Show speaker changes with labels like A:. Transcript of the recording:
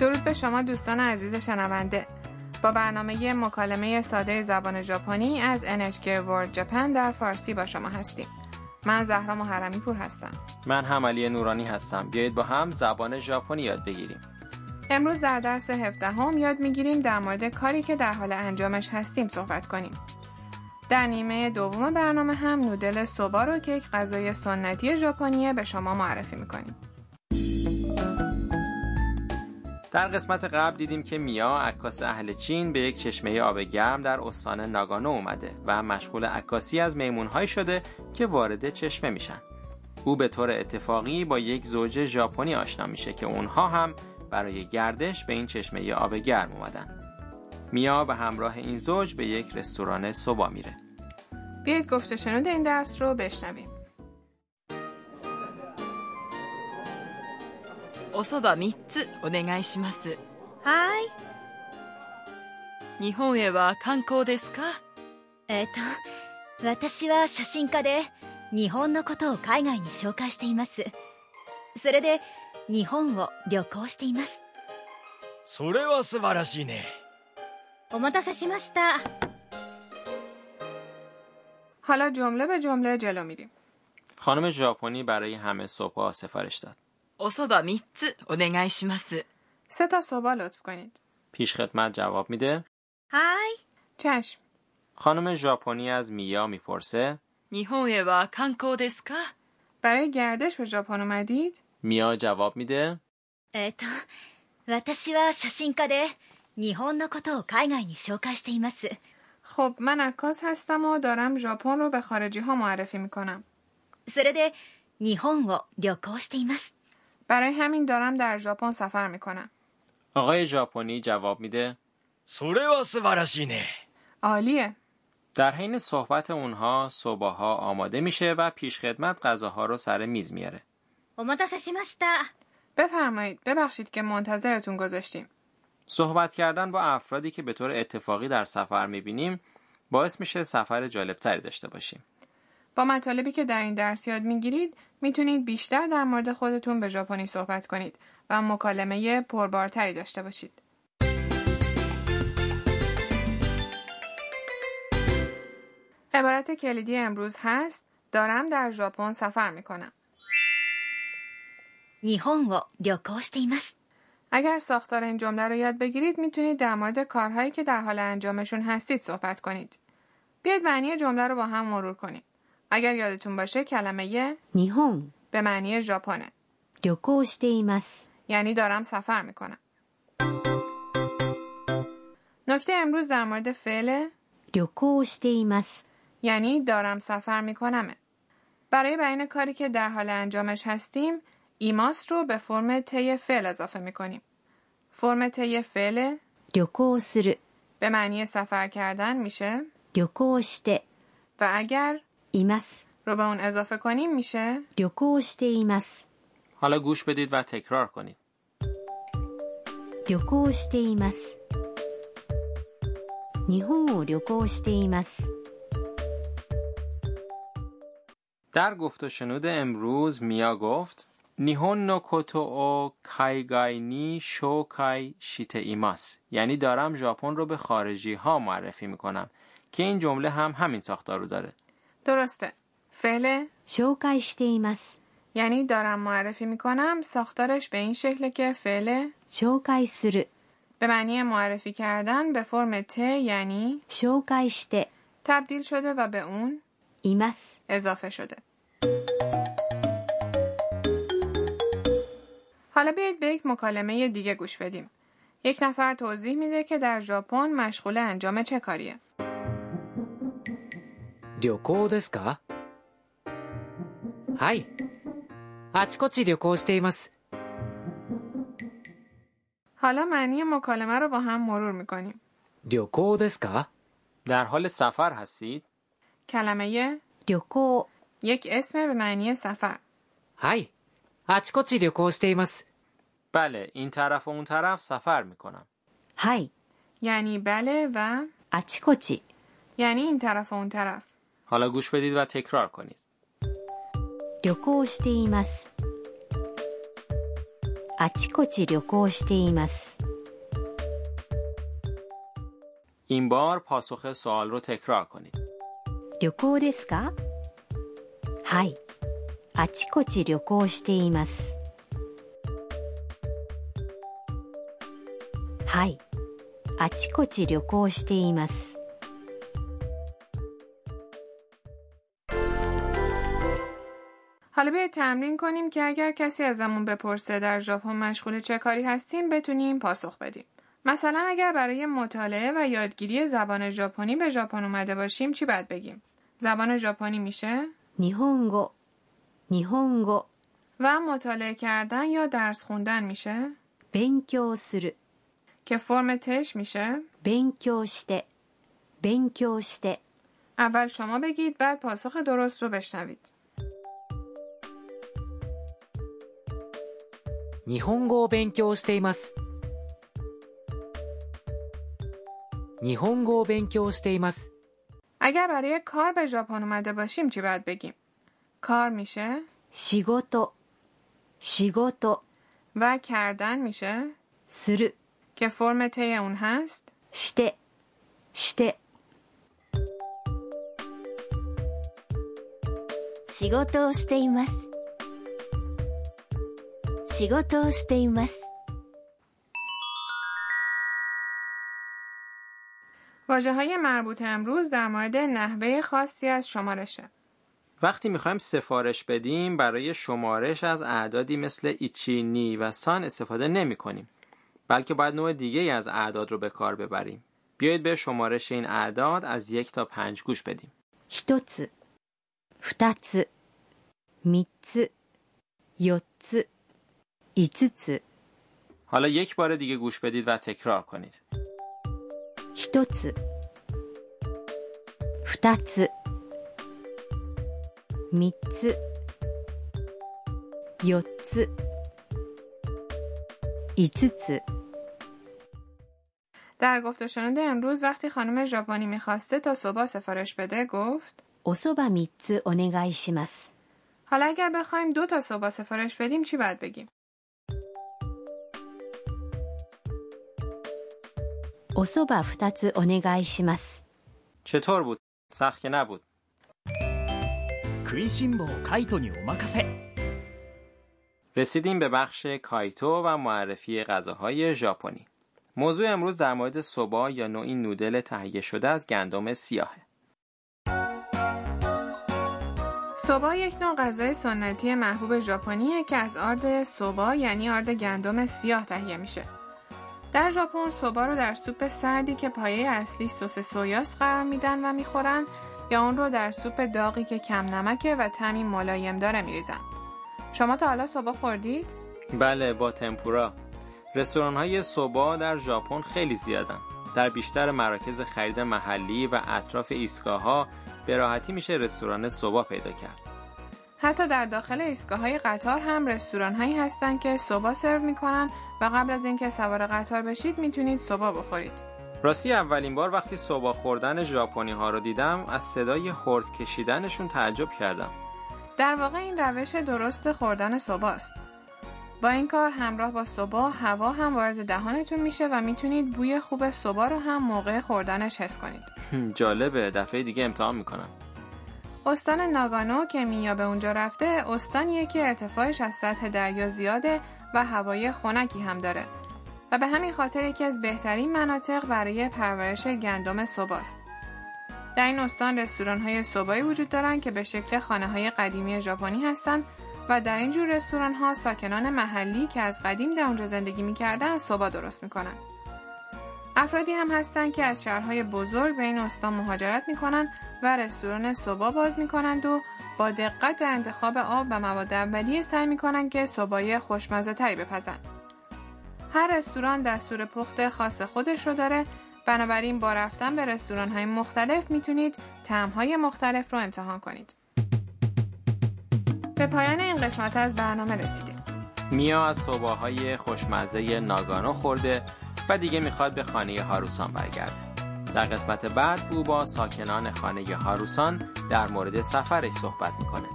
A: درود به شما دوستان عزیز شنونده با برنامه مکالمه ساده زبان ژاپنی از NHK World Japan در فارسی با شما هستیم من زهرا محرمی پور هستم
B: من هم علی نورانی هستم بیایید با هم زبان ژاپنی یاد بگیریم
A: امروز در درس هفدهم یاد میگیریم در مورد کاری که در حال انجامش هستیم صحبت کنیم در نیمه دوم برنامه هم نودل سوبا رو که یک غذای سنتی ژاپنیه به شما معرفی میکنیم
B: در قسمت قبل دیدیم که میا عکاس اهل چین به یک چشمه آب گرم در استان ناگانو اومده و مشغول عکاسی از میمونهایی شده که وارد چشمه میشن او به طور اتفاقی با یک زوج ژاپنی آشنا میشه که اونها هم برای گردش به این چشمه آب گرم اومدن میا به همراه این زوج به یک رستوران صبح میره
A: بیایید گفته شنود این درس رو بشنویم
C: おそば3つお願いします
D: はい
C: 日本へは観光ですか
D: えっ、と私は写真家で日本のことを海外に紹介していますそれで日本を旅行しています
E: それは素晴らしいね
D: お待たせしました
A: حالا جمله به جمله جلو میریم
B: خانم ژاپنی برای همه صبحها سفارش داد
C: おそば3つお願いします。
A: سه تا صبح لطف کنید
B: پیشخدمت جواب میده
D: はい
A: چشم
B: خانم ژاپنی از میا میپرسه
C: 日本へは観光ですか
A: برای گردش به ژاپن اومدید
B: میا جواب میده
D: えっ、と私は写真家で日本のことを海外に紹介しています
A: خب من عکاس هستم و دارم ژاپن رو به خارجی ها معرفی میکنم
D: それで日本を旅行しています
A: برای همین دارم در ژاپن سفر میکنم
B: آقای ژاپنی جواب میده
E: それは素晴らしいね
A: عالیه
B: در حین صحبت اونها صبحها آماده میشه و پیشخدمت غذاها رو سر میز میاره
D: お待たせしました
A: بفرمایید ببخشید که منتظرتون گذاشتیم
B: صحبت کردن با افرادی که به طور اتفاقی در سفر میبینیم باعث میشه سفر جالبتری داشته باشیم
A: با مطالبی که در این درس یاد میگیرید میتونید بیشتر در مورد خودتون به ژاپنی صحبت کنید و مکالمه پربارتری داشته باشید عبارت کلیدی امروز هست دارم در ژاپن سفر میکنم
D: 日本を旅行しています
A: اگر ساختار این جمله رو یاد بگیرید میتونید در مورد کارهایی که در حال انجامشون هستید صحبت کنید. بیاید معنی جمله رو با هم مرور کنیم. اگر یادتون باشه کلمه ی
F: 日本
A: به معنی ژاپنه
F: 旅行しています
A: یعنی دارم سفر میکنم. نکته امروز در مورد فعل
F: 旅行しています
A: یعنی دارم سفر میکنمه. برای بیان کاری که در حال انجامش هستیم ایماس رو به فرم طی فعل اضافه میکنیم. فرم طی فعل
F: 旅行する
A: به معنی سفر کردن میشه
F: 旅行して
A: و اگر
F: います
A: رو به اون اضافه کنیم میشه
F: 旅行しています
B: حالا گوش بدید و تکرار کنید
F: 旅行しています日本を旅行しています
B: در گفت و شنود امروز میا گفت نیهون نو کوتو او کایگای نی شوکای شیت ایماس یعنی دارم ژاپن رو به خارجی ها معرفی میکنم که این جمله هم همین ساختار رو داره
A: درسته فعل
F: 紹介しています
A: یعنی دارم معرفی میکنم ساختارش به این شکله که فعل
F: 紹介する
A: به معنی معرفی کردن به فرم ت یعنی
F: 紹介して、
A: تبدیل شده و به اون
F: います。
A: اضافه شده حالا بیایید به یک مکالمه دیگه گوش بدیم یک نفر توضیح میده که در ژاپن مشغول انجام چه کاریه
G: 旅行ですかはいあちこち旅行しています
A: حالا معنی مکالمه رو با هم مرور میکنیم
G: 旅行ですか
B: در حال سفر هستید
A: کلمه ی
F: 旅行、
A: یک اسم به معنی سفر
G: はいあちこち旅行しています
B: بله این طرف و اون طرف سفر میکنم
F: はい、
A: یعنی بله و
F: あちこち、
A: یعنی این طرف و اون طرف
B: حالا گوش بدید و تکرار کنید
F: 旅行しています。あちこち旅行しています。
B: این بار پاسخ سوال رو تکرار کنید.
F: 旅行ですかはい。あちこち旅行しています。はい。あちこち旅行しています。
A: حالا بیاید تمرین کنیم که اگر کسی ازمون بپرسه در ژاپن مشغول چه کاری هستیم بتونیم پاسخ بدیم. مثلا اگر برای مطالعه و یادگیری زبان ژاپنی به ژاپن اومده باشیم چی باید بگیم؟ زبان ژاپنی میشه؟
F: 日本語、日本語、
A: و مطالعه کردن یا درس خوندن میشه؟
F: 勉強する、
A: که فرم تش میشه؟
F: 勉強して、勉強して、
A: اول شما بگید بعد پاسخ درست رو بشنوید.
G: 日本語を勉強しています。日本語を勉強しています。
A: اگر برای کار به ژاپن اومده باشیم چی باید بگیم؟ کار میشه؟
F: 仕事、仕事、
A: و کردن میشه؟
F: する、
A: که فرم تی اون هست؟
F: して、して、
D: 仕事をしています仕事をしています
A: واجه های مربوط امروز در مورد نحوه خاصی از شمارشه.
B: وقتی میخوایم سفارش بدیم برای شمارش از اعدادی مثل ایچی، نی و سان استفاده نمی کنیم. بلکه باید نوع دیگه از اعداد رو به کار ببریم. بیایید به شمارش این اعداد از یک تا پنج گوش بدیم.
F: 一つ、二つ、三つ、四つ、五つ、
B: حالا یک بار دیگه گوش بدید و تکرار کنید.
F: 一つ、二つ、三つ、四つ、五つ、
A: در گفت و شنود امروز وقتی خانم ژاپنی میخواسته تا صبح سفارش بده گفت
F: おそば三つお願いします。
A: حالا اگر بخوایم دو تا صبح سفارش بدیم چی باید بگیم؟
F: おそば二つお願いします。
B: چطور بود؟ سخت که نبود.
H: 食いしん坊カイトにお任せ
B: رسیدیم به بخش کایتو و معرفی غذاهای ژاپنی. موضوع امروز در مورد سوبا یا نوعی نودل تهیه شده از گندم سیاهه.
A: صبح یک نوع غذای سنتی محبوب ژاپنیه که از آرد صبا یعنی آرد گندم سیاه تهیه میشه. در ژاپن صبا رو در سوپ سردی که پایه اصلی سس سویاست قرار میدن و میخورن یا اون رو در سوپ داغی که کم نمکه و تمی ملایم داره میریزن. شما تا حالا صبا خوردید؟
B: بله با تمپورا رستوران های صبا در ژاپن خیلی زیادن در بیشتر مراکز خرید محلی و اطراف ایستگاه ها به راحتی میشه رستوران صبا پیدا کرد
A: حتی در داخل ایستگاه های قطار هم رستوران هایی هستن که صبا سرو میکنن و قبل از اینکه سوار قطار بشید میتونید صبا بخورید.
B: راستی اولین بار وقتی صبا خوردن ژاپنی ها رو دیدم از صدای خرد کشیدنشون تعجب کردم
A: در واقع این روش درست خوردن صباست. با این کار همراه با صبا هوا هم وارد دهانتون میشه و میتونید بوی خوب صبا رو هم موقع خوردنش حس کنید.
B: جالبه دفعه دیگه امتحان میکنم
A: استان ناگانو که میا به اونجا رفته استانیه که ارتفاعش از سطح دریا زیاده و هوای خنکی هم داره و به همین خاطر یکی از بهترین مناطق برای پرورش گندم صباست. در این استان رستوران های صبایی وجود دارند که به شکل خانه های قدیمی ژاپنی هستند و در این جور رستوران ها ساکنان محلی که از قدیم در اونجا زندگی میکردن صبا درست میکنن. افرادی هم هستند که از شهرهای بزرگ به این استان مهاجرت میکنند و رستوران صبا باز میکنند و با دقت در انتخاب آب و مواد اولیه سعی میکنند که صبای خوشمزه تری بپزند. هر رستوران دستور پخت خاص خودش رو داره بنابراین با رفتن به رستوران های مختلف میتونید تعمهای مختلف رو امتحان کنید. به پایان این قسمت از برنامه رسیدیم.
B: میا از صباهای خوشمزه ناگانو خورده و دیگه میخواد به خانه هاروسان برگرده در قسمت بعد او با ساکنان خانه هاروسان در مورد سفرش صحبت میکنه